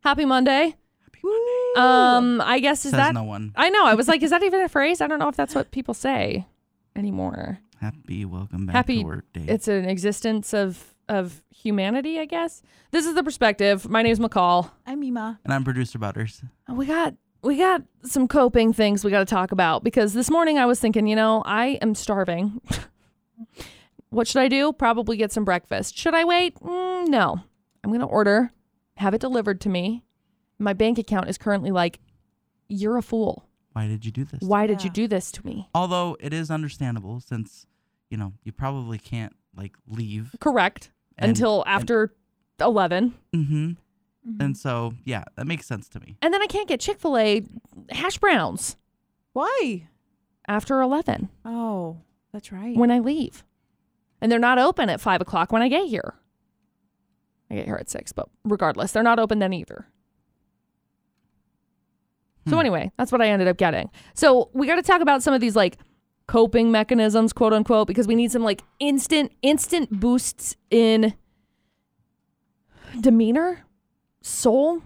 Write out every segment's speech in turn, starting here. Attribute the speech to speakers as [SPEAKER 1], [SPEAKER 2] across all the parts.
[SPEAKER 1] Happy Monday. Um, I guess is
[SPEAKER 2] Says
[SPEAKER 1] that
[SPEAKER 2] no one.
[SPEAKER 1] I know. I was like, is that even a phrase? I don't know if that's what people say anymore.
[SPEAKER 2] Happy welcome back
[SPEAKER 1] Happy-
[SPEAKER 2] to work day.
[SPEAKER 1] It's an existence of of humanity, I guess. This is the perspective. My name's McCall.
[SPEAKER 3] I'm Mima.
[SPEAKER 2] and I'm producer Butters.
[SPEAKER 1] Oh, We got we got some coping things we got to talk about because this morning I was thinking, you know, I am starving. what should I do? Probably get some breakfast. Should I wait? Mm, no. I'm going to order, have it delivered to me. My bank account is currently like you're a fool.
[SPEAKER 2] Why did you do this?
[SPEAKER 1] Why did you
[SPEAKER 3] Yeah.
[SPEAKER 1] do this to me?
[SPEAKER 2] Although it is understandable since, you know, you probably can't like leave
[SPEAKER 1] Correct.
[SPEAKER 2] and-
[SPEAKER 1] Until after 11.
[SPEAKER 2] And, hmm
[SPEAKER 3] Mm-hmm.
[SPEAKER 2] And so yeah, that makes sense to me.
[SPEAKER 1] And then I can't get Chick fil A hash browns
[SPEAKER 3] Why?
[SPEAKER 1] after 11
[SPEAKER 3] Oh, that's right.
[SPEAKER 1] when I leave. And they're not open at five o'clock when I get here. I get here at six, but regardless, they're not open then either. So,
[SPEAKER 2] Hmm.
[SPEAKER 1] anyway, that's what I ended up getting. So, we got to talk about some of these like coping mechanisms, quote unquote, because we need some like instant, instant boosts in demeanor, soul,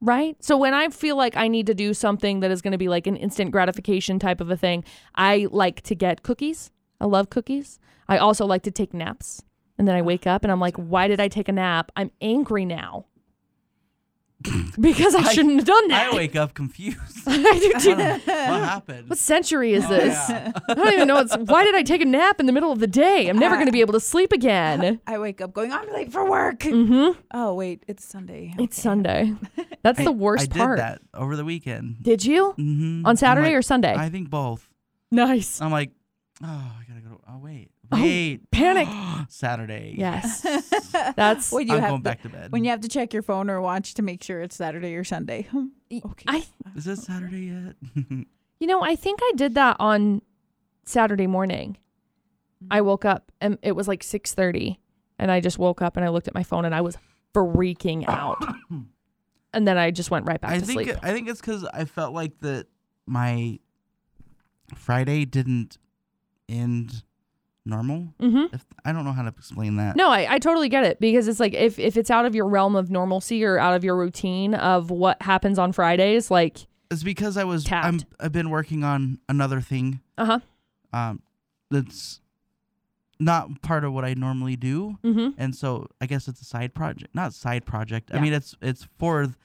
[SPEAKER 1] right? So when I feel like I need to do something that is going to be like an instant gratification type of a thing, I like to get cookies. I love cookies. I also like to take naps. And then I wake up and I'm like, why did I take a nap? I'm angry now. because I,
[SPEAKER 2] I-
[SPEAKER 1] shouldn't have done that.
[SPEAKER 2] I wake up confused. what
[SPEAKER 1] I do too.
[SPEAKER 2] happened?
[SPEAKER 1] What century is
[SPEAKER 2] Oh,
[SPEAKER 1] this?
[SPEAKER 2] Uh-huh. yeah.
[SPEAKER 1] I don't even know. It's, why did I take a nap in the middle of the day? I'm never going to be able to sleep again.
[SPEAKER 3] I wake up going, I'm late for work.
[SPEAKER 1] hmm
[SPEAKER 3] Oh, wait, it's Sunday.
[SPEAKER 1] It's Sunday. That's
[SPEAKER 2] I-
[SPEAKER 1] the worst
[SPEAKER 2] I did
[SPEAKER 1] part.
[SPEAKER 2] that over the weekend.
[SPEAKER 1] Did you?
[SPEAKER 2] hmm
[SPEAKER 1] On Saturday or Sunday?
[SPEAKER 2] I think both.
[SPEAKER 1] nice.
[SPEAKER 2] I'm like, oh, I gotta go. To, oh wait,
[SPEAKER 1] Oh,
[SPEAKER 2] wait.
[SPEAKER 1] panic.
[SPEAKER 2] Saturday.
[SPEAKER 1] Yes.
[SPEAKER 2] I'm
[SPEAKER 1] That's
[SPEAKER 3] When you have
[SPEAKER 2] going
[SPEAKER 3] to,
[SPEAKER 2] back to bed.
[SPEAKER 3] when you have to check your phone or watch to make sure it's Saturday or Sunday. Okay.
[SPEAKER 1] I
[SPEAKER 2] Is it Saturday yet?
[SPEAKER 1] you know, I think I did that on Saturday morning.
[SPEAKER 2] Mm-hmm.
[SPEAKER 1] I woke up and it was like 6:30 and I just woke up and I looked at my phone and I was freaking out. and then I just went right back
[SPEAKER 2] I
[SPEAKER 1] to
[SPEAKER 2] think
[SPEAKER 1] sleep.
[SPEAKER 2] I think it's because I felt like that my Friday didn't end normal.
[SPEAKER 1] mm-hmm.
[SPEAKER 2] If I don't know how to explain that.
[SPEAKER 1] No, I, I totally get it because it's like if, if it's out of your realm of normalcy or out of your routine of what happens on Fridays, like,
[SPEAKER 2] It's because I was
[SPEAKER 1] Tapped.
[SPEAKER 2] I'm, I've been working on another thing
[SPEAKER 1] uh huh.
[SPEAKER 2] um, that's not part of what I normally do,
[SPEAKER 1] Mm-hmm.
[SPEAKER 2] and so I guess it's a side project. Not side project.
[SPEAKER 1] Yeah.
[SPEAKER 2] I mean, it's it's for th-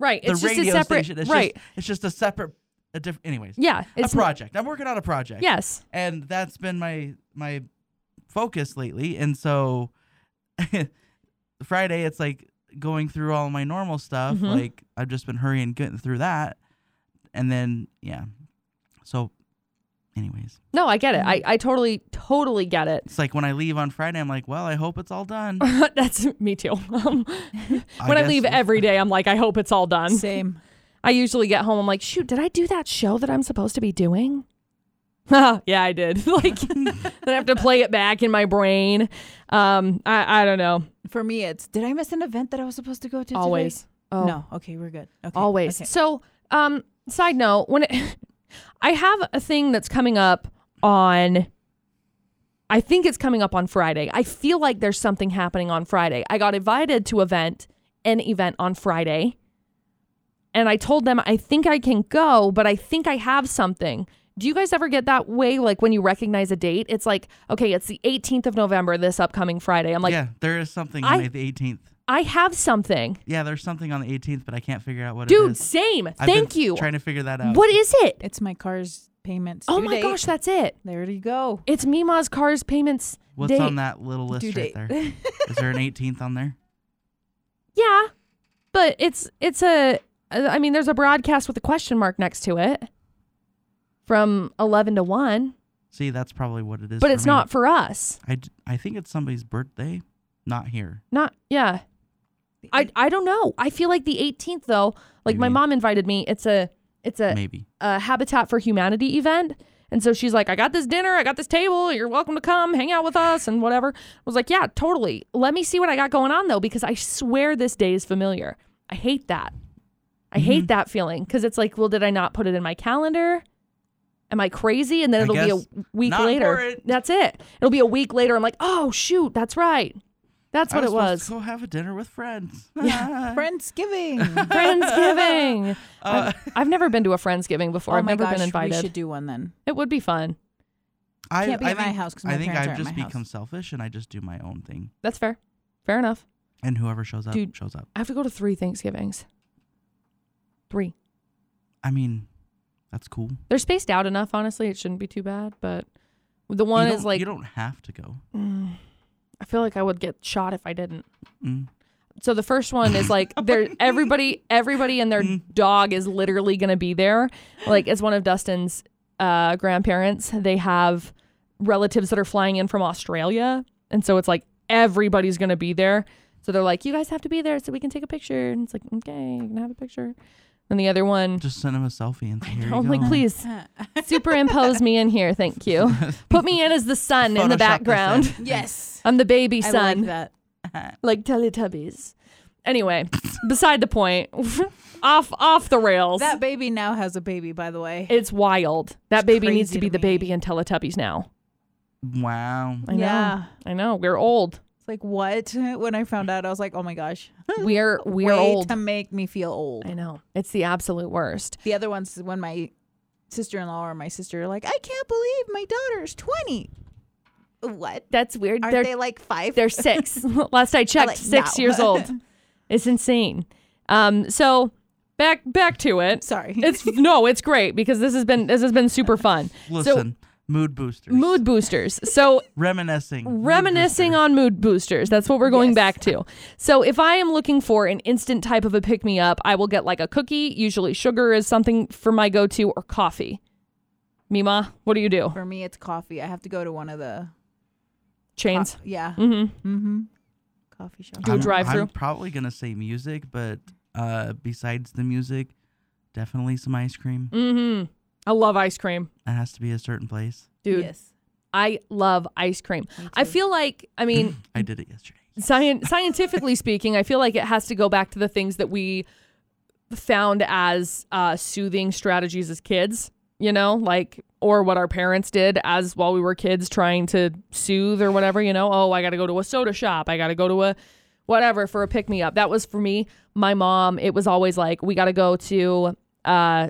[SPEAKER 1] Right.
[SPEAKER 2] the
[SPEAKER 1] it's just
[SPEAKER 2] radio
[SPEAKER 1] a separate.
[SPEAKER 2] station. It's
[SPEAKER 1] right.
[SPEAKER 2] Just, it's just a separate. A diff- anyways,
[SPEAKER 1] yeah. It's
[SPEAKER 2] a project. I'm working on a project.
[SPEAKER 1] Yes.
[SPEAKER 2] and that's been my my focus lately and so friday it's like going through all my normal stuff
[SPEAKER 1] Mhm.
[SPEAKER 2] like i've just been hurrying getting through that and then yeah so anyways
[SPEAKER 1] No, I get it. I,
[SPEAKER 2] Mm-hmm.
[SPEAKER 1] I totally, totally get it.
[SPEAKER 2] it's like when i leave on friday i'm like well i hope it's all done
[SPEAKER 1] That's me too. Um, when I
[SPEAKER 2] guess
[SPEAKER 1] leave
[SPEAKER 2] it's-
[SPEAKER 1] every day, I'm like, I hope it's all done.
[SPEAKER 3] Same.
[SPEAKER 1] I usually get home, I'm like, shoot, did I do that show that I'm supposed to be doing? yeah, I did. like, then I have to play it back in my brain. Um, I, I don't know.
[SPEAKER 3] For me, it's did I miss an event that I was supposed to go to? today?
[SPEAKER 1] Always. Oh,
[SPEAKER 3] No. Okay, we're good. Okay.
[SPEAKER 1] always.
[SPEAKER 3] okay.
[SPEAKER 1] So, um, side note, when it, I have a thing that's coming up on, I think it's coming up on Friday. I feel like there's something happening on Friday. I got invited to event, an event on Friday, and I told them I think I can go, but I think I have something. Do you guys ever get that way? Like when you recognize a date, it's like, okay, it's the 18th of November this upcoming Friday. I'm like,
[SPEAKER 2] yeah there is something
[SPEAKER 1] I-
[SPEAKER 2] on the 18th
[SPEAKER 1] I have something.
[SPEAKER 2] yeah there's something on the 18th but i can't figure out what it
[SPEAKER 1] Dude,
[SPEAKER 2] is
[SPEAKER 1] same.
[SPEAKER 2] I've been
[SPEAKER 1] Thank you.
[SPEAKER 2] trying to figure that out
[SPEAKER 1] What is it?
[SPEAKER 3] It's my car's payments.
[SPEAKER 1] Oh
[SPEAKER 3] due
[SPEAKER 1] my
[SPEAKER 3] date.
[SPEAKER 1] gosh, that's it.
[SPEAKER 3] There you go.
[SPEAKER 1] It's Mima's car's payments.
[SPEAKER 2] what's
[SPEAKER 1] date.
[SPEAKER 2] on that little list
[SPEAKER 3] Due
[SPEAKER 2] right
[SPEAKER 3] date.
[SPEAKER 2] there is there an 18th on there
[SPEAKER 1] Yeah, but it's it's a. I mean, there's a broadcast with a question mark next to it from eleven to one,
[SPEAKER 2] see that's probably what it is
[SPEAKER 1] but
[SPEAKER 2] for
[SPEAKER 1] it's
[SPEAKER 2] me.
[SPEAKER 1] not for us.
[SPEAKER 2] I, d- I think it's somebody's birthday, not here.
[SPEAKER 1] Not yeah. I I don't know. I feel like the 18th though. Like my
[SPEAKER 2] Maybe.
[SPEAKER 1] mom invited me. It's a it's a
[SPEAKER 2] Maybe.
[SPEAKER 1] a Habitat for Humanity event. And so she's like, I got this dinner, I got this table, you're welcome to come hang out with us and whatever. I was like, yeah, totally. Let me see what I got going on though, because I swear this day is familiar. I hate that. I
[SPEAKER 2] Mm-hmm.
[SPEAKER 1] hate that feeling because it's like, well, did I not put it in my calendar? Am I crazy? And then
[SPEAKER 2] I
[SPEAKER 1] it'll be a
[SPEAKER 2] guess
[SPEAKER 1] week
[SPEAKER 2] not
[SPEAKER 1] later.
[SPEAKER 2] for it.
[SPEAKER 1] That's it. It'll be a week later. I'm like, oh, shoot, that's right. That's what
[SPEAKER 2] I
[SPEAKER 1] it
[SPEAKER 2] supposed
[SPEAKER 1] was.
[SPEAKER 2] to Go have a dinner with friends.
[SPEAKER 1] Yeah.
[SPEAKER 3] Friendsgiving.
[SPEAKER 1] Friendsgiving.
[SPEAKER 2] Uh,
[SPEAKER 1] I've, I've never been to a Friendsgiving before.
[SPEAKER 3] oh
[SPEAKER 1] I've
[SPEAKER 3] my
[SPEAKER 1] never
[SPEAKER 3] gosh,
[SPEAKER 1] been
[SPEAKER 3] we
[SPEAKER 1] invited.
[SPEAKER 3] should do one then.
[SPEAKER 1] it would be fun.
[SPEAKER 2] I
[SPEAKER 3] Can't be
[SPEAKER 2] I
[SPEAKER 3] at my
[SPEAKER 2] think-
[SPEAKER 3] house 'cause my
[SPEAKER 2] I think
[SPEAKER 3] parents
[SPEAKER 2] I've
[SPEAKER 3] aren't at
[SPEAKER 2] just
[SPEAKER 3] my
[SPEAKER 2] become
[SPEAKER 3] house.
[SPEAKER 2] selfish and I just do my own thing,
[SPEAKER 1] That's fair. Fair enough.
[SPEAKER 2] and whoever shows up
[SPEAKER 1] Dude.
[SPEAKER 2] shows up.
[SPEAKER 1] I have to go to three Thanksgivings. Three.
[SPEAKER 2] I mean, that's cool.
[SPEAKER 1] They're spaced out enough, honestly. It shouldn't be too bad. But the one
[SPEAKER 2] You
[SPEAKER 1] is
[SPEAKER 2] don't-
[SPEAKER 1] like,
[SPEAKER 2] you don't have to go.
[SPEAKER 1] mm, I feel like I would get shot if I didn't.
[SPEAKER 2] Mm.
[SPEAKER 1] So the first one is like there everybody everybody and their
[SPEAKER 2] Mm-hmm.
[SPEAKER 1] dog is literally going to be there. Like it's one of Dustin's uh grandparents. They have relatives that are flying in from Australia and so it's like everybody's going to be there. So they're like you guys have to be there so we can take a picture and it's like okay, you can have a picture. And the other one
[SPEAKER 2] Just send him a selfie and say, here you
[SPEAKER 1] I'm like
[SPEAKER 2] go."
[SPEAKER 1] please superimpose me in here, thank you. Put me in as the sun in
[SPEAKER 2] Photoshop
[SPEAKER 1] the
[SPEAKER 2] this
[SPEAKER 1] background.
[SPEAKER 2] in.
[SPEAKER 3] yes.
[SPEAKER 1] I'm the baby
[SPEAKER 3] I
[SPEAKER 1] sun
[SPEAKER 3] like that.
[SPEAKER 1] like Teletubbies. Anyway, beside the point, off off the rails.
[SPEAKER 3] That baby now has a baby, by the way.
[SPEAKER 1] it's wild. That
[SPEAKER 3] It's
[SPEAKER 1] baby needs
[SPEAKER 3] crazy
[SPEAKER 1] to be
[SPEAKER 3] to
[SPEAKER 1] the
[SPEAKER 3] me.
[SPEAKER 1] baby in Teletubbies now.
[SPEAKER 2] Wow.
[SPEAKER 1] I
[SPEAKER 3] yeah.
[SPEAKER 1] know. I know. We're old.
[SPEAKER 3] It's like what? When I found out, I was like, oh my gosh.
[SPEAKER 1] We're we're
[SPEAKER 3] Way
[SPEAKER 1] old.
[SPEAKER 3] to make me feel old.
[SPEAKER 1] I know. It's the absolute worst.
[SPEAKER 3] The other ones is when my sister in law or my sister are like, I can't believe my daughter's twenty. What?
[SPEAKER 1] That's weird.
[SPEAKER 3] Aren't
[SPEAKER 1] they're
[SPEAKER 3] they like five?
[SPEAKER 1] they're six. Last I checked,
[SPEAKER 3] like,
[SPEAKER 1] six
[SPEAKER 3] no.
[SPEAKER 1] years old. It's insane. Um, so back back to it.
[SPEAKER 3] Sorry.
[SPEAKER 1] It's no, it's great because this has been this has been super fun.
[SPEAKER 2] Listen, mood boosters.
[SPEAKER 1] Mood boosters. So
[SPEAKER 2] Reminiscing. mood
[SPEAKER 1] reminiscing
[SPEAKER 2] booster.
[SPEAKER 1] on mood boosters. That's what we're going
[SPEAKER 3] Yes.
[SPEAKER 1] back to. So if I am looking for an instant type of a pick me up, I will get like a cookie. Usually sugar is something for my go to or coffee. Mima, what do you do?
[SPEAKER 3] For me, it's coffee. I have to go to one of the co-
[SPEAKER 1] Chains.
[SPEAKER 3] yeah.
[SPEAKER 1] Mm-hmm.
[SPEAKER 3] Mm-hmm. Coffee shop.
[SPEAKER 1] Do a
[SPEAKER 2] I'm-
[SPEAKER 1] drive-thru.
[SPEAKER 2] I'm probably going to say music, but uh, besides the music, definitely some ice cream.
[SPEAKER 1] Mm-hmm. I love ice cream,
[SPEAKER 2] That has to be a certain place.
[SPEAKER 1] dude.
[SPEAKER 3] Yes.
[SPEAKER 1] I love ice cream. I feel like, I mean,
[SPEAKER 2] I did it yesterday.
[SPEAKER 1] scien- scientifically speaking, I feel like it has to go back to the things that we found as uh, soothing strategies as kids, you know, like or what our parents did as while we were kids trying to soothe or whatever, you know, oh, I got to go to a soda shop, I got to go to a whatever for a pick me up. That was for me, my mom, it was always like we got to go to uh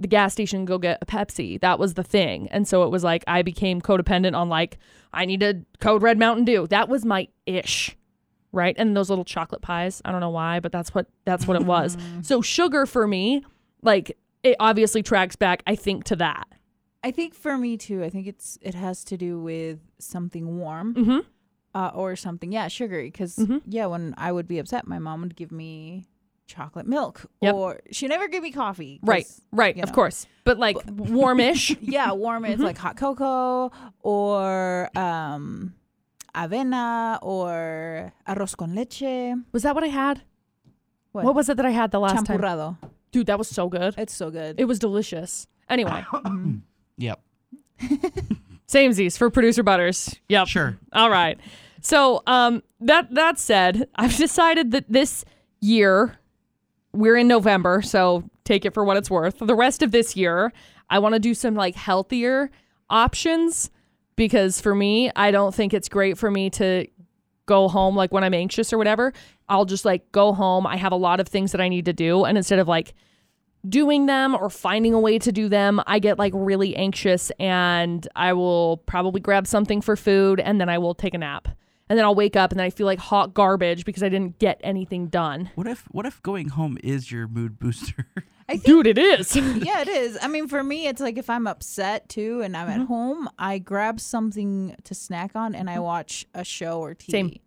[SPEAKER 1] the gas station and go get a Pepsi. That was the thing. And so it was like I became codependent on like I need a code red Mountain Dew. That was my ish right? And those little chocolate pies. I don't know why, but that's what that's what it was. So sugar for me, like it obviously tracks back, I think, to that.
[SPEAKER 3] I think for me too. I think it's it has to do with something warm
[SPEAKER 1] Mm-hmm.
[SPEAKER 3] uh, or something. Yeah, sugary. Because
[SPEAKER 1] Mhm.
[SPEAKER 3] yeah, when I would be upset, my mom would give me chocolate milk,
[SPEAKER 1] Yep.
[SPEAKER 3] or she never gave me coffee. 'cause-
[SPEAKER 1] Right, right,
[SPEAKER 3] you
[SPEAKER 1] of
[SPEAKER 3] know.
[SPEAKER 1] course. But like warmish.
[SPEAKER 3] Yeah, warm.
[SPEAKER 1] Mm-hmm.
[SPEAKER 3] It's like hot cocoa or um, avena or arroz con leche.
[SPEAKER 1] was that what I had?
[SPEAKER 3] What?
[SPEAKER 1] What was it that I had the last time?
[SPEAKER 3] Champurrado.
[SPEAKER 1] Dude, that was so good.
[SPEAKER 3] It's so good.
[SPEAKER 1] It was delicious. Anyway,
[SPEAKER 2] Yep.
[SPEAKER 1] samesies for producer butters. Yep.
[SPEAKER 2] Sure.
[SPEAKER 1] All right. So um, that that said, I've decided that this year we're in November, so take it for what it's worth. The rest of this year, I want to do some like healthier options because for me, I don't think it's great for me to go home like when I'm anxious or whatever. I'll just like go home. I have a lot of things that I need to do, and instead of like doing them or finding a way to do them, I get like really anxious and I will probably grab something for food and then I will take a nap. And then I'll wake up and then I feel like hot garbage because I didn't get anything done.
[SPEAKER 2] What if what if going home is your mood booster?
[SPEAKER 1] Dude, it is.
[SPEAKER 3] yeah, it is. I mean, for me, it's like if I'm upset too and
[SPEAKER 1] Mm-hmm.
[SPEAKER 3] I'm at home, I grab something to snack on and I watch a show or TV.
[SPEAKER 1] Same.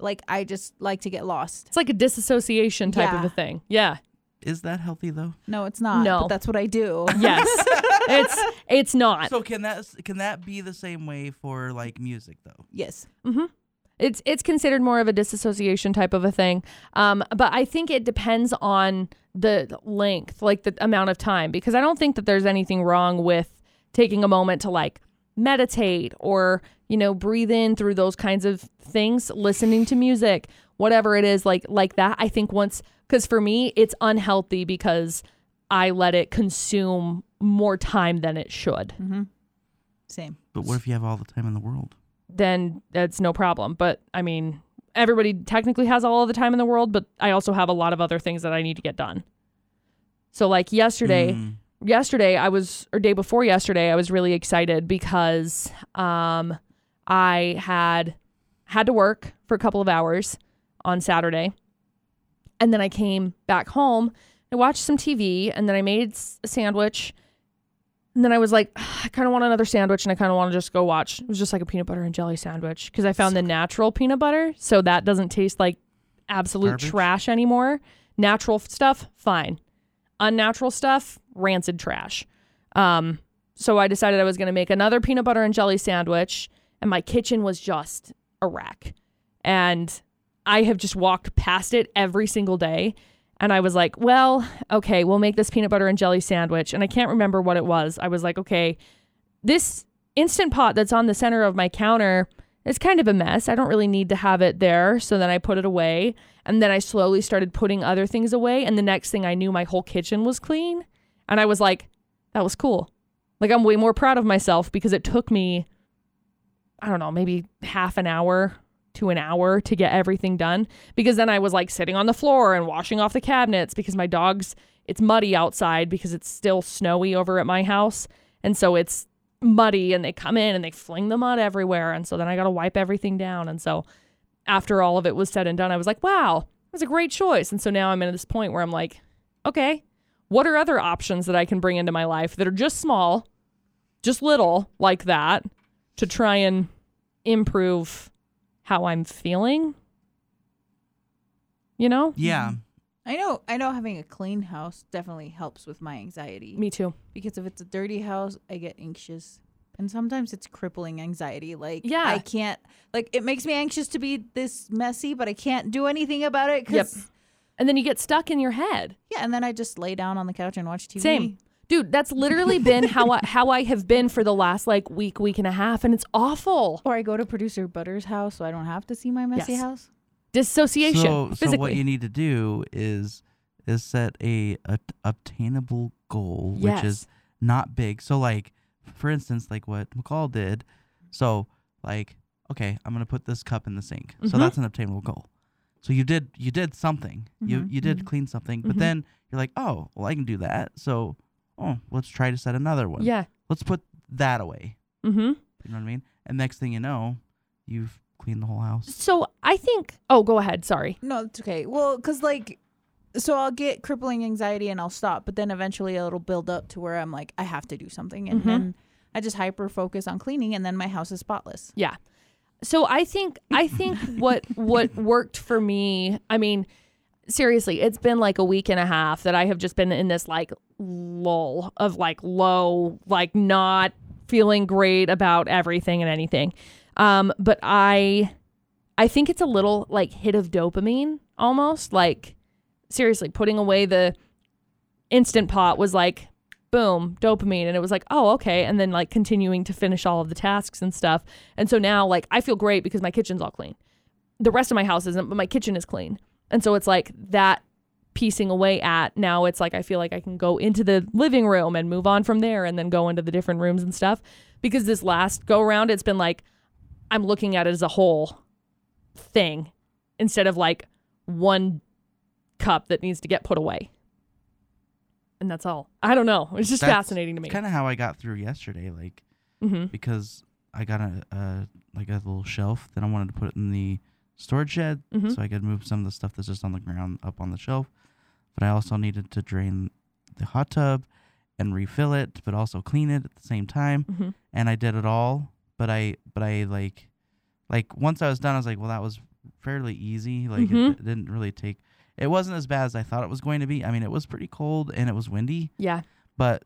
[SPEAKER 3] Like I just like to get lost.
[SPEAKER 1] it's like a disassociation type of
[SPEAKER 3] Yeah.
[SPEAKER 1] a thing. Yeah.
[SPEAKER 2] is that healthy though?
[SPEAKER 3] No, it's not.
[SPEAKER 1] No.
[SPEAKER 3] but that's what I do.
[SPEAKER 1] Yes. it's it's not.
[SPEAKER 2] So can that can that be the same way for like music though?
[SPEAKER 3] yes.
[SPEAKER 1] It's it's considered more of a disassociation type of a thing, um, but I think it depends on the length, like the amount of time, because I don't think that there's anything wrong with taking a moment to like meditate or you know breathe in through those kinds of things, listening to music, whatever it is, like like that. I think once, because for me, it's unhealthy because I let it consume more time than it should.
[SPEAKER 3] Mm-hmm. Same.
[SPEAKER 2] But what if you have all the time in the world?
[SPEAKER 1] Then that's no problem. But I mean, everybody technically has all of the time in the world, but I also have a lot of other things that I need to get done. So like yesterday,
[SPEAKER 2] Mm.
[SPEAKER 1] yesterday I was or day before yesterday I was really excited because um I had had to work for a couple of hours on Saturday. And then I came back home, I watched some TV, and then I made s- a sandwich. And then I was like, "Ugh, I kind of want another sandwich and I kind of want to just go watch. It was just like a peanut butter and jelly sandwich because I found the natural peanut butter. So that doesn't taste like absolute
[SPEAKER 2] Garbage?
[SPEAKER 1] trash anymore. Natural f- stuff, fine. Unnatural stuff, rancid trash. Um, so I decided I was going to make another peanut butter and jelly sandwich. And my kitchen was just a wreck. And I have just walked past it every single day. And I was like, well, okay, we'll make this peanut butter and jelly sandwich. And I can't remember what it was. I was like, okay, this instant pot that's on the center of my counter is kind of a mess. I don't really need to have it there. So then I put it away. And then I slowly started putting other things away. And the next thing I knew, my whole kitchen was clean. And I was like, that was cool. Like, I'm way more proud of myself because it took me, I don't know, maybe half an hour to an hour to get everything done because then I was like sitting on the floor and washing off the cabinets because my dog's it's muddy outside because it's still snowy over at my house and so it's muddy and they come in and they fling the mud everywhere and so then I got to wipe everything down and so after all of it was said and done I was like wow it was a great choice and so now I'm at this point where I'm like okay what are other options that I can bring into my life that are just small just little like that to try and improve how I'm feeling you know
[SPEAKER 2] Yeah.
[SPEAKER 3] I know. I know. Having a clean house definitely helps with my anxiety.
[SPEAKER 1] me too
[SPEAKER 3] because if it's a dirty house, I get anxious. And sometimes it's crippling anxiety. Like,
[SPEAKER 1] Yeah.
[SPEAKER 3] I can't, like, it makes me anxious to be this messy, but I can't do anything about it. 'cause-
[SPEAKER 1] Yep. and then you get stuck in your head
[SPEAKER 3] Yeah. And then I just lay down on the couch and watch TV.
[SPEAKER 1] Same. Dude, that's literally been how I, how I have been for the last like week, week and a half, and it's awful.
[SPEAKER 3] Or I go to producer Butter's house so I don't have to see my messy
[SPEAKER 1] Yes.
[SPEAKER 3] house.
[SPEAKER 1] Dissociation
[SPEAKER 2] So, so
[SPEAKER 1] physically.
[SPEAKER 2] what you need to do is is set a, a obtainable goal,
[SPEAKER 1] Yes.
[SPEAKER 2] which is not big. So like, for instance, like what McCall did. So like, okay, I'm gonna put this cup in the sink. So
[SPEAKER 1] Mhm.
[SPEAKER 2] that's an obtainable goal. So you did you did something. You
[SPEAKER 1] Mm-hmm.
[SPEAKER 3] Mhm.
[SPEAKER 2] you did clean something, but
[SPEAKER 1] Mhm.
[SPEAKER 2] then you're like, oh, well, I can do that. So oh, let's try to set another one.
[SPEAKER 1] yeah.
[SPEAKER 2] Let's put that away.
[SPEAKER 1] Mm-hmm.
[SPEAKER 2] You know what I mean? And next thing you know, you've cleaned the whole house.
[SPEAKER 1] So I think. Oh, go ahead. Sorry.
[SPEAKER 3] No, it's okay. Well, because, like, so I'll get crippling anxiety and I'll stop, but then eventually it'll build up to where I'm like, I have to do something. And
[SPEAKER 2] Mm-hmm.
[SPEAKER 1] Mhm.
[SPEAKER 3] then I just hyper focus on cleaning, and then my house is spotless.
[SPEAKER 1] Yeah. So I think I think what what worked for me. I mean, seriously, it's been like a week and a half that I have just been in this like lull of like low, like not feeling great about everything and anything. Um, but I I think it's a little like hit of dopamine almost. Like seriously, putting away the instant pot was like boom, dopamine and it was like, "Oh, okay." And then like continuing to finish all of the tasks and stuff. And so now like I feel great because my kitchen's all clean. The rest of my house isn't, but my kitchen is clean. And so it's like that piecing away at now it's like I feel like I can go into the living room and move on from there and then go into the different rooms and stuff because this last go round it's been like I'm looking at it as a whole thing instead of like one cup that needs to get put away. And that's all. I don't know. It's just
[SPEAKER 2] That's
[SPEAKER 1] fascinating to me.
[SPEAKER 2] It's kind of how I got through yesterday, like
[SPEAKER 1] mm-hmm.
[SPEAKER 2] because I got a, a like a little shelf that I wanted to put in the storage shed,
[SPEAKER 1] Mhm.
[SPEAKER 2] so I could move some of the stuff that's just on the ground up on the shelf. But I also needed to drain the hot tub and refill it, but also clean it at the same time.
[SPEAKER 1] Mhm.
[SPEAKER 2] And I did it all, but I but I like like once I was done, I was like, well, that was fairly easy. Like
[SPEAKER 1] Mhm.
[SPEAKER 2] it, it didn't really take. It wasn't as bad as I thought it was going to be. I mean, it was pretty cold and it was windy
[SPEAKER 1] Yeah.
[SPEAKER 2] but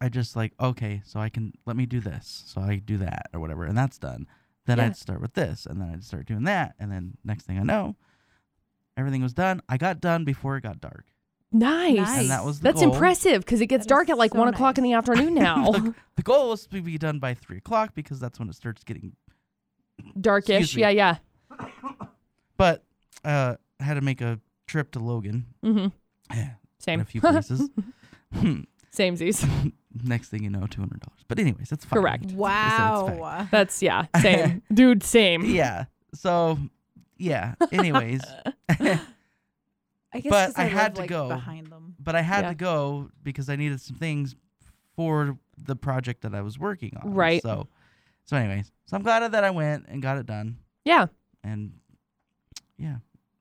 [SPEAKER 2] I just like okay, so I can let me do this, so I do that or whatever, and that's done. Then
[SPEAKER 1] Yeah.
[SPEAKER 2] I'd start with this, and then I'd start doing that, and then next thing I know, everything was done. I got done before it got dark,
[SPEAKER 1] Nice.
[SPEAKER 2] and that
[SPEAKER 3] Nice.
[SPEAKER 2] was the
[SPEAKER 1] That's
[SPEAKER 2] goal.
[SPEAKER 1] impressive because it gets
[SPEAKER 3] That
[SPEAKER 1] dark
[SPEAKER 3] is
[SPEAKER 1] at like
[SPEAKER 3] so
[SPEAKER 1] one o'clock in the afternoon now.
[SPEAKER 2] The goal was to be done by three o'clock because that's when it starts getting.
[SPEAKER 1] Darkish.
[SPEAKER 2] Excuse me.
[SPEAKER 1] Yeah, yeah.
[SPEAKER 2] But uh, I had to make a trip to Logan
[SPEAKER 1] Mm-hmm.
[SPEAKER 2] in
[SPEAKER 1] Same.
[SPEAKER 2] a few places. Hmm.
[SPEAKER 1] Samesies.
[SPEAKER 2] next thing you know, two hundred dollars. But anyways, it's fine.
[SPEAKER 1] Correct.
[SPEAKER 2] It's- it's- it's fine.
[SPEAKER 3] Wow.
[SPEAKER 1] That's yeah. Same. Dude, same.
[SPEAKER 2] yeah. So yeah. Anyways,
[SPEAKER 3] I guess
[SPEAKER 2] But
[SPEAKER 3] 'cause
[SPEAKER 2] I
[SPEAKER 3] live,
[SPEAKER 2] had to
[SPEAKER 3] like,
[SPEAKER 2] go.
[SPEAKER 3] behind them.
[SPEAKER 2] but I had
[SPEAKER 1] Yeah.
[SPEAKER 2] to go because I needed some things for the project that I was working on.
[SPEAKER 1] Right.
[SPEAKER 2] So, so anyways, so I'm glad that I went and got it done,
[SPEAKER 1] Yeah.
[SPEAKER 2] and yeah.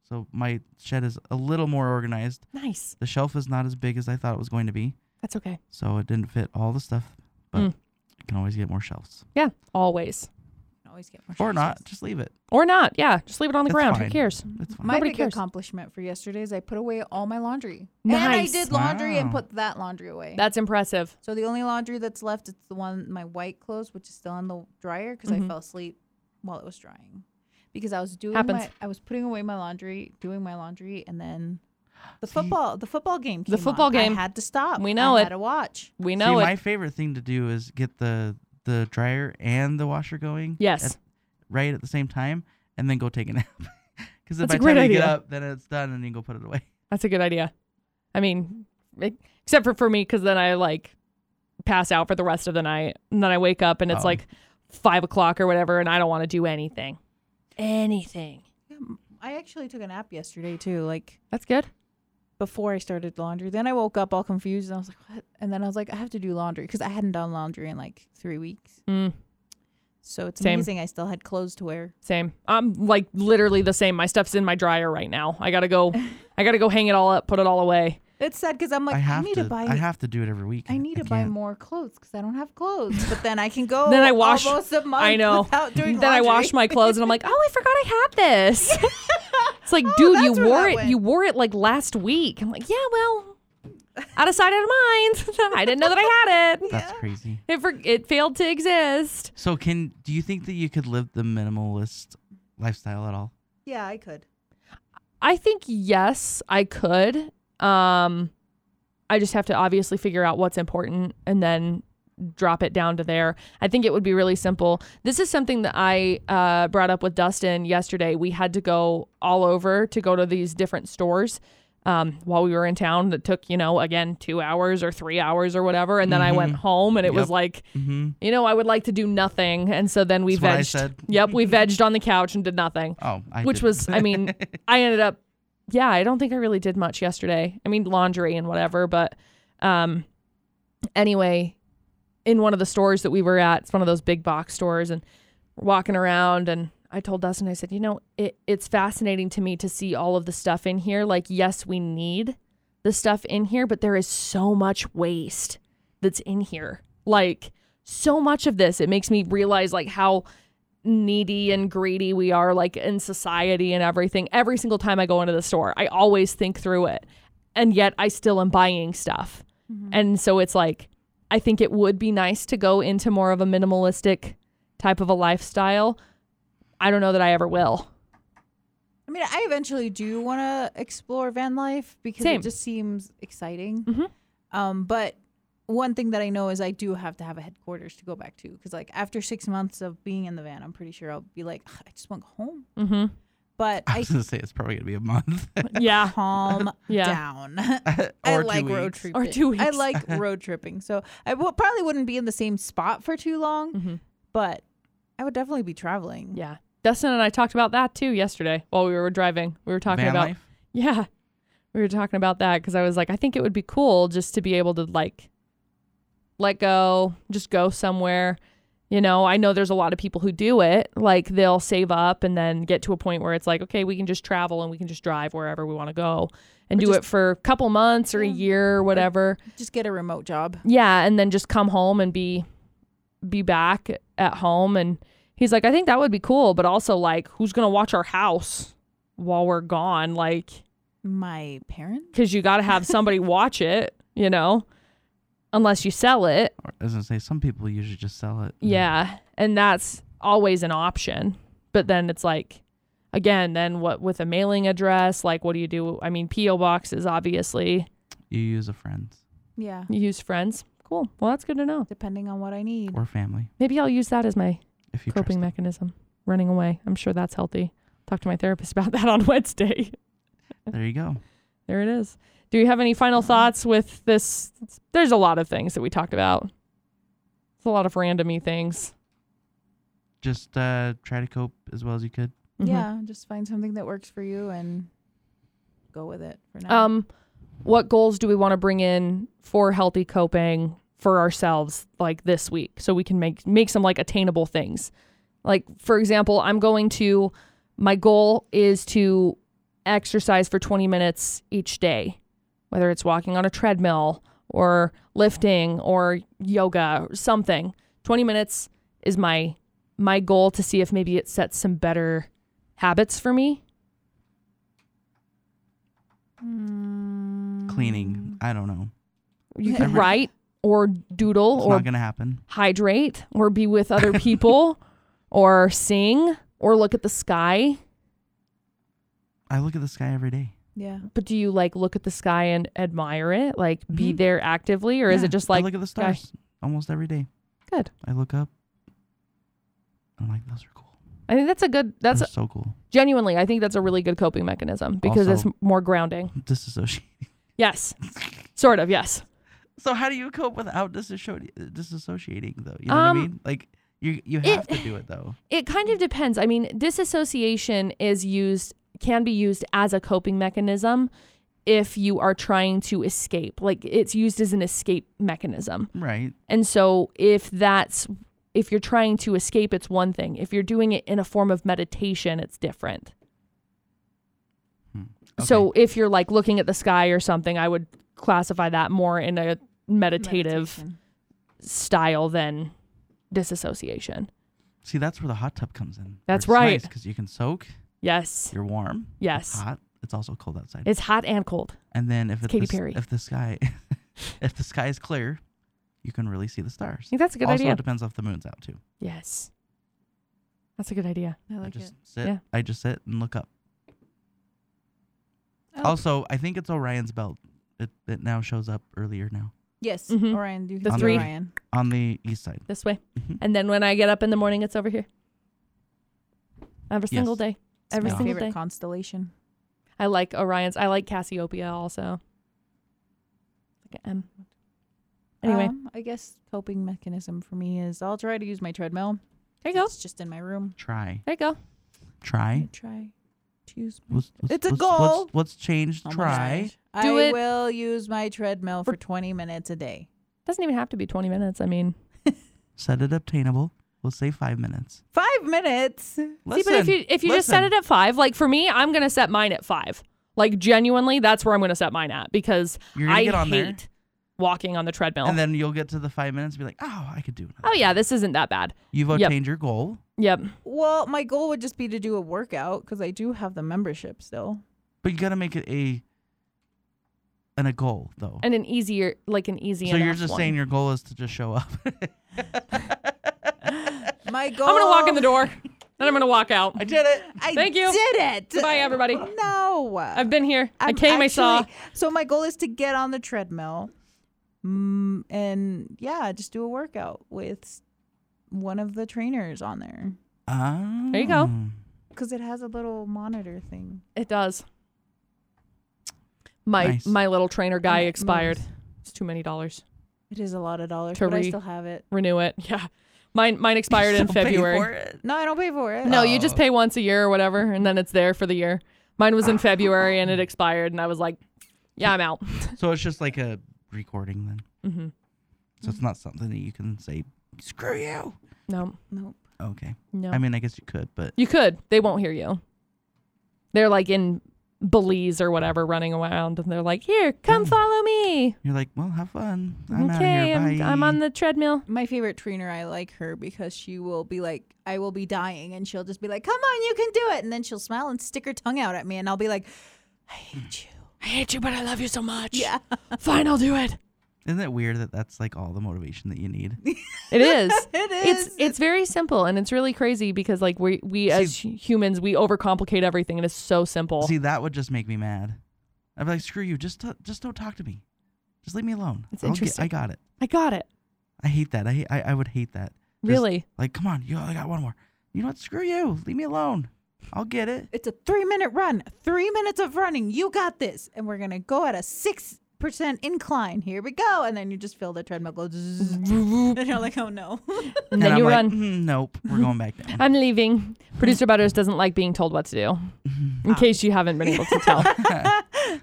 [SPEAKER 2] So my shed is a little more organized.
[SPEAKER 1] Nice.
[SPEAKER 2] The shelf is not as big as I thought it was going to be,
[SPEAKER 1] That's okay.
[SPEAKER 2] so it didn't fit all the stuff. But
[SPEAKER 1] Mm.
[SPEAKER 2] you can always get more shelves,
[SPEAKER 1] Yeah. Always.
[SPEAKER 3] Can Always get more
[SPEAKER 2] or
[SPEAKER 3] shots.
[SPEAKER 2] not. Just leave it.
[SPEAKER 1] Or not. Yeah. Just leave it on the
[SPEAKER 2] It's
[SPEAKER 1] ground. Who
[SPEAKER 2] fine.
[SPEAKER 1] cares?
[SPEAKER 2] It's fine.
[SPEAKER 3] My
[SPEAKER 1] Nobody
[SPEAKER 3] big
[SPEAKER 1] cares.
[SPEAKER 3] accomplishment for yesterday is I put away all my laundry. And I
[SPEAKER 1] Nice.
[SPEAKER 3] did laundry and
[SPEAKER 2] Wow.
[SPEAKER 3] put that laundry away.
[SPEAKER 1] That's impressive.
[SPEAKER 3] so the only laundry that's left is the one my white clothes, which is still in the dryer because
[SPEAKER 1] Mm-hmm.
[SPEAKER 3] I fell asleep while it was drying. Because I was doing
[SPEAKER 1] Happens.
[SPEAKER 3] my, I was putting away my laundry, doing my laundry, and then the
[SPEAKER 2] See-
[SPEAKER 3] football the football game came
[SPEAKER 1] The football
[SPEAKER 3] on.
[SPEAKER 1] game.
[SPEAKER 3] I had to stop.
[SPEAKER 1] We know
[SPEAKER 3] I
[SPEAKER 1] it.
[SPEAKER 3] Had to watch.
[SPEAKER 1] We know
[SPEAKER 2] See,
[SPEAKER 1] it.
[SPEAKER 2] my favorite thing to do is get the the dryer and the washer going.
[SPEAKER 1] Yes.
[SPEAKER 2] at- right at the same time, and then go take a nap. Because
[SPEAKER 1] That's
[SPEAKER 2] by
[SPEAKER 1] a
[SPEAKER 2] the
[SPEAKER 1] great
[SPEAKER 2] time you get
[SPEAKER 1] idea.
[SPEAKER 2] up, then it's done, and you go put it away.
[SPEAKER 1] That's a good idea. I mean, e- except for for me, because then I like pass out for the rest of the night, and then I wake up and it's
[SPEAKER 2] Oh.
[SPEAKER 1] like five o'clock or whatever, and I don't want to do anything. Anything.
[SPEAKER 3] Yeah, m- I actually took a nap yesterday too. Like
[SPEAKER 1] That's good.
[SPEAKER 3] before I started laundry. Then I woke up all confused and I was like, what? And then I was like, I have to do laundry because I hadn't done laundry in like three weeks.
[SPEAKER 1] Mm,
[SPEAKER 3] So it's
[SPEAKER 1] Same.
[SPEAKER 3] amazing I still had clothes to wear.
[SPEAKER 1] same. I'm like literally the same. My stuff's in my dryer right now. I gotta go. I gotta go hang it all up, put it all away.
[SPEAKER 3] It's sad because I'm like,
[SPEAKER 2] I
[SPEAKER 3] I,
[SPEAKER 2] have
[SPEAKER 3] need
[SPEAKER 2] to.
[SPEAKER 3] to, buy.
[SPEAKER 2] I have to do it every week.
[SPEAKER 3] I need to buy
[SPEAKER 2] can't.
[SPEAKER 3] more clothes because I don't have clothes. But then I can go.
[SPEAKER 1] Then I wash-
[SPEAKER 3] Almost a month
[SPEAKER 1] I know.
[SPEAKER 3] Without doing
[SPEAKER 1] Then I wash
[SPEAKER 3] laundry.
[SPEAKER 1] my clothes, and I'm like, oh, I forgot I had this. It's like, dude, you
[SPEAKER 3] Oh, that's where
[SPEAKER 1] wore
[SPEAKER 3] that
[SPEAKER 1] it.
[SPEAKER 3] went.
[SPEAKER 1] You wore it like last week. I'm like, yeah, well, out of sight, out of mind. I didn't know that I had it.
[SPEAKER 2] That's crazy.
[SPEAKER 1] It for, it failed to exist.
[SPEAKER 2] So, can do you think that you could live the minimalist lifestyle at all?
[SPEAKER 3] Yeah, I could.
[SPEAKER 1] I think yes, I could. Um, I just have to obviously figure out what's important and then drop it down to there. I think it would be really simple. This is something that I uh, brought up with Dustin yesterday. We had to go all over to go to these different stores um, while we were in town that took, you know, again, two hours or three hours or whatever. And then I went home and it was
[SPEAKER 2] Mm-hmm. Yep.
[SPEAKER 1] like,
[SPEAKER 2] Mm-hmm.
[SPEAKER 1] you know, I would like to do nothing. And so then we
[SPEAKER 2] That's what I
[SPEAKER 1] vegged.
[SPEAKER 2] said.
[SPEAKER 1] Yep, we vegged on the couch and did nothing
[SPEAKER 2] Oh, I
[SPEAKER 1] which
[SPEAKER 2] didn't.
[SPEAKER 1] was i mean i ended up yeah i don't think i really did much yesterday i mean laundry and whatever but um anyway in one of the stores that we were at it's one of those big box stores and we're walking around and i told dustin i said you know it, it's fascinating to me to see all of the stuff in here like yes we need the stuff in here but there is so much waste that's in here like so much of this it makes me realize like how needy and greedy we are like in society and everything every single time i go into the store i always think through it and yet i still am buying stuff and so it's like i think it would be nice to go into more of a minimalistic type of a lifestyle i don't know that i ever will
[SPEAKER 3] I mean, I eventually do want to explore van life because
[SPEAKER 1] Same.
[SPEAKER 3] it just seems exciting.
[SPEAKER 1] Mhm.
[SPEAKER 3] Um, but one thing that I know is I do have to have a headquarters to go back to because, like, after six months of being in the van, I'm pretty sure I'll be like, "Ugh, I just want to go home.
[SPEAKER 1] mm-hmm.
[SPEAKER 3] But
[SPEAKER 2] I
[SPEAKER 3] I
[SPEAKER 2] was gonna say it's probably gonna be a month
[SPEAKER 1] yeah
[SPEAKER 3] calm
[SPEAKER 1] Yeah.
[SPEAKER 3] down.
[SPEAKER 2] or
[SPEAKER 3] I
[SPEAKER 2] two
[SPEAKER 3] like road
[SPEAKER 2] weeks.
[SPEAKER 3] tripping.
[SPEAKER 1] Or two
[SPEAKER 3] I
[SPEAKER 1] weeks.
[SPEAKER 3] like road tripping. So I w- probably wouldn't be in the same spot for too long,
[SPEAKER 1] Mhm.
[SPEAKER 3] but I would definitely be traveling.
[SPEAKER 1] yeah dustin and i talked about that too yesterday while we were driving we were talking
[SPEAKER 2] Van
[SPEAKER 1] about
[SPEAKER 2] life?
[SPEAKER 1] Yeah. We were talking about that because I was like, I think it would be cool just to be able to like let go, just go somewhere. You know, I know there's a lot of people who do it. Like they'll save up and then get to a point where it's like, okay, we can just travel and we can just drive wherever we want to go and
[SPEAKER 3] Or
[SPEAKER 1] do
[SPEAKER 3] just-
[SPEAKER 1] it for a couple months or a
[SPEAKER 3] Yeah.
[SPEAKER 1] year or whatever.
[SPEAKER 3] Just get a remote job.
[SPEAKER 1] Yeah, and then just come home and be be back at home and he's like, I think that would be cool, but also like who's going to watch our house while we're gone? Like
[SPEAKER 3] My parents?
[SPEAKER 1] because you got to have somebody watch it, you know, unless you sell it.
[SPEAKER 2] Or- I was gonna say some people usually just sell it.
[SPEAKER 1] Yeah. And that's always an option. But then it's like, again, then what with a mailing address? Like, what do you do? I mean, P.O. boxes, obviously.
[SPEAKER 2] You use a friend's
[SPEAKER 3] Yeah.
[SPEAKER 1] You use friends. Cool. Well, that's good to know.
[SPEAKER 3] Depending on what I need.
[SPEAKER 2] or family
[SPEAKER 1] Maybe I'll use that as my
[SPEAKER 2] if you
[SPEAKER 1] coping
[SPEAKER 2] trust it.
[SPEAKER 1] mechanism, running away. I'm sure that's healthy. Talk to my therapist about that on Wednesday.
[SPEAKER 2] There you go.
[SPEAKER 1] There it is. Do you have any final thoughts with this? There's a lot of things that we talked about. It's a lot of randomy things.
[SPEAKER 2] Just uh, try to cope as well as you could.
[SPEAKER 1] Mhm.
[SPEAKER 3] Yeah, just find something that works for you and go with it for now.
[SPEAKER 1] Um, what goals do we want to bring in for healthy coping for ourselves like this week so we can make make some like attainable things. Like for example, I'm going to my goal is to exercise for 20 minutes each day, whether it's walking on a treadmill or lifting or yoga or something. 20 minutes is my my goal to see if maybe it sets some better habits for me. Um,
[SPEAKER 3] Mm,
[SPEAKER 2] Cleaning. I don't know.
[SPEAKER 1] You could write or doodle
[SPEAKER 2] It's
[SPEAKER 1] or
[SPEAKER 2] not gonna happen.
[SPEAKER 1] hydrate or be with other people or sing or look at the sky.
[SPEAKER 2] I look at the sky every day.
[SPEAKER 3] yeah.
[SPEAKER 1] But do you like look at the sky and admire it? Like be
[SPEAKER 2] Mhm.
[SPEAKER 1] there actively or is
[SPEAKER 2] Yeah,
[SPEAKER 1] it just
[SPEAKER 2] I
[SPEAKER 1] like
[SPEAKER 2] look at the
[SPEAKER 1] yeah.
[SPEAKER 2] stars almost every day?
[SPEAKER 1] Good.
[SPEAKER 2] I look up. I'm like, those are cool.
[SPEAKER 1] I think that's a good that's
[SPEAKER 2] Those are so cool.
[SPEAKER 1] genuinely I think that's a really good coping mechanism because
[SPEAKER 2] Also-
[SPEAKER 1] it's more grounding.
[SPEAKER 2] Disassociate.
[SPEAKER 1] Yes. sort of, yes.
[SPEAKER 2] So how do you cope without disassociating? Disassociating though, you know
[SPEAKER 1] Um,
[SPEAKER 2] what I mean? Like you you have to do it though.
[SPEAKER 1] It kind of depends. I mean, disassociation is used can be used as a coping mechanism if you are trying to escape. Like it's used as an escape mechanism.
[SPEAKER 2] Right.
[SPEAKER 1] And so if that's if you're trying to escape it's one thing. If you're doing it in a form of meditation, it's different. So if you're like looking at the sky or something, I would classify that more in a meditative
[SPEAKER 3] Meditation.
[SPEAKER 1] style than disassociation.
[SPEAKER 2] see, that's where the hot tub comes in.
[SPEAKER 1] That's right.
[SPEAKER 2] Because you can soak.
[SPEAKER 1] Yes.
[SPEAKER 2] You're warm. It's
[SPEAKER 1] Yes.
[SPEAKER 2] hot. It's also cold outside.
[SPEAKER 1] It's hot and cold.
[SPEAKER 2] and then if it's
[SPEAKER 1] Katy Perry.
[SPEAKER 2] if the sky, if the sky is clear, you can really see the stars.
[SPEAKER 1] I think that's a good
[SPEAKER 2] also,
[SPEAKER 1] idea.
[SPEAKER 2] it depends if the moon's out too.
[SPEAKER 1] Yes. That's a good idea.
[SPEAKER 3] I
[SPEAKER 2] I
[SPEAKER 3] like
[SPEAKER 2] just
[SPEAKER 3] it.
[SPEAKER 2] sit.
[SPEAKER 1] Yeah.
[SPEAKER 2] I just sit and look up.
[SPEAKER 1] Oh.
[SPEAKER 3] I like-
[SPEAKER 2] Also, I think it's Orion's belt. It it now shows up earlier now
[SPEAKER 3] yes,
[SPEAKER 1] Mhm.
[SPEAKER 3] Orion. You
[SPEAKER 1] The
[SPEAKER 3] can see
[SPEAKER 1] three.
[SPEAKER 3] Orion.
[SPEAKER 2] on the east side.
[SPEAKER 1] This way.
[SPEAKER 2] Mhm.
[SPEAKER 1] And then when I get up in the morning, it's over here. Every
[SPEAKER 2] Yes.
[SPEAKER 1] single day.
[SPEAKER 3] It's
[SPEAKER 1] Every
[SPEAKER 3] my
[SPEAKER 1] single
[SPEAKER 3] favorite
[SPEAKER 1] day.
[SPEAKER 3] constellation.
[SPEAKER 1] I like Orion's. I like Cassiopeia also. Like an M. Anyway,
[SPEAKER 3] Um, I guess coping mechanism for me is I'll try to use my treadmill.
[SPEAKER 1] there you go.
[SPEAKER 3] It's just in my room.
[SPEAKER 2] Try
[SPEAKER 1] There you go.
[SPEAKER 2] try.
[SPEAKER 3] I try to use my
[SPEAKER 2] What's, what's,
[SPEAKER 3] It's a
[SPEAKER 2] what's,
[SPEAKER 3] goal.
[SPEAKER 2] What's, what's changed?
[SPEAKER 3] Oh my
[SPEAKER 2] Try.
[SPEAKER 3] gosh.
[SPEAKER 1] Do
[SPEAKER 3] I
[SPEAKER 1] it
[SPEAKER 3] will use my treadmill
[SPEAKER 1] for-
[SPEAKER 3] for 20 minutes a day.
[SPEAKER 1] Doesn't even have to be 20 minutes. I mean,
[SPEAKER 2] Set it obtainable. We'll say five minutes.
[SPEAKER 3] Five minutes.
[SPEAKER 1] see, but if
[SPEAKER 2] Listen,
[SPEAKER 1] you if you just set it
[SPEAKER 2] listen.
[SPEAKER 1] at five, like for me, I'm gonna set mine at five. Like genuinely, that's where I'm gonna set mine at because
[SPEAKER 2] you're gonna
[SPEAKER 1] I
[SPEAKER 2] get on
[SPEAKER 1] hate
[SPEAKER 2] there,
[SPEAKER 1] walking on the treadmill.
[SPEAKER 2] and then you'll get to the five minutes and be like, oh, I could do. Another.
[SPEAKER 1] oh yeah, this isn't that bad.
[SPEAKER 2] You've
[SPEAKER 1] Yep.
[SPEAKER 2] attained your goal.
[SPEAKER 1] Yep.
[SPEAKER 3] Well, my goal would just be to do a workout because I do have the membership still.
[SPEAKER 2] But you gotta make it a and a goal though.
[SPEAKER 1] And an easier, like an easy.
[SPEAKER 2] so you're
[SPEAKER 1] enough
[SPEAKER 2] just
[SPEAKER 1] one.
[SPEAKER 2] saying your goal is to just show up.
[SPEAKER 3] My goal.
[SPEAKER 1] I'm gonna walk in the door, then I'm gonna walk out.
[SPEAKER 2] I did it.
[SPEAKER 3] I
[SPEAKER 1] Thank you.
[SPEAKER 3] Did it.
[SPEAKER 1] Goodbye, everybody.
[SPEAKER 3] No.
[SPEAKER 1] I've been here. i
[SPEAKER 3] I'm
[SPEAKER 1] came. I saw.
[SPEAKER 3] actually- So my goal is to get on the treadmill, mm, and yeah, just do a workout with s- one of the trainers on there
[SPEAKER 2] Um,
[SPEAKER 1] There you go.
[SPEAKER 3] because it has a little monitor thing.
[SPEAKER 1] It does. My
[SPEAKER 2] Nice.
[SPEAKER 1] my little trainer guy
[SPEAKER 3] And it
[SPEAKER 1] expired.
[SPEAKER 3] moves.
[SPEAKER 1] It's too many dollars.
[SPEAKER 3] It is a lot of dollars,
[SPEAKER 1] To
[SPEAKER 3] but I
[SPEAKER 1] re-
[SPEAKER 3] still have it.
[SPEAKER 1] Renew it. Yeah. Mine mine expired in
[SPEAKER 2] Still pay
[SPEAKER 1] February.
[SPEAKER 2] for it.
[SPEAKER 3] No, I don't pay for it.
[SPEAKER 1] No, you just
[SPEAKER 2] Oh.
[SPEAKER 1] pay once a year or whatever, and then it's there for the year. Mine was in February and it expired, and I was like, "Yeah, I'm out."
[SPEAKER 2] So it's just like a recording then.
[SPEAKER 1] hmm
[SPEAKER 2] So it's not something that you can say screw you.
[SPEAKER 1] No,
[SPEAKER 3] Nope.
[SPEAKER 2] Okay.
[SPEAKER 1] no.
[SPEAKER 2] I mean, I guess you could, but
[SPEAKER 1] you could. They won't hear you. They're like in Belize or whatever, running around, and they're like, "Here, come
[SPEAKER 2] Mm.
[SPEAKER 1] follow me."
[SPEAKER 2] you're like, well, have fun. I'm out
[SPEAKER 1] okay,
[SPEAKER 2] here.
[SPEAKER 1] I'm,
[SPEAKER 2] Bye.
[SPEAKER 1] I'm on the treadmill.
[SPEAKER 3] My favorite trainer, I like her because she will be like, I will be dying, and she'll just be like, "Come on, you can do it," and then she'll smile and stick her tongue out at me, and I'll be like, "I hate you."
[SPEAKER 1] I hate you, but I love you so much.
[SPEAKER 3] Yeah.
[SPEAKER 1] Fine, I'll do it.
[SPEAKER 2] Isn't it weird that that's like all the motivation that you need?
[SPEAKER 1] It is.
[SPEAKER 3] It is.
[SPEAKER 1] It's it's very simple and it's really crazy because like we we as humans we overcomplicate everything and it's so simple.
[SPEAKER 2] See, that would just make me mad. I'd be like, screw you. Just t- just don't talk to me. Just leave me alone.
[SPEAKER 1] It's
[SPEAKER 2] I'll get-
[SPEAKER 1] interesting.
[SPEAKER 2] I got it.
[SPEAKER 1] I got it.
[SPEAKER 2] I hate that. I hate, I, I would hate that. Just-
[SPEAKER 1] Really.
[SPEAKER 2] Like, come on, you I got one more. You know what? Screw you. Leave me alone. I'll get it.
[SPEAKER 3] It's a three minute run, three minutes of running. You got this. And we're going to go at a six percent incline. Here we go, and then you just feel the treadmill go. Zzz, and you're like, oh no.
[SPEAKER 1] And then
[SPEAKER 2] I'm
[SPEAKER 1] you
[SPEAKER 2] like,
[SPEAKER 1] run.
[SPEAKER 2] "Mm, nope, we're going back down.
[SPEAKER 1] I'm leaving. Producer Butters doesn't like being told what to do, in case you haven't been able to tell. and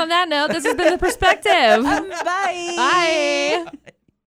[SPEAKER 1] on that note, this has been The Perspective.
[SPEAKER 3] Bye.
[SPEAKER 1] Bye.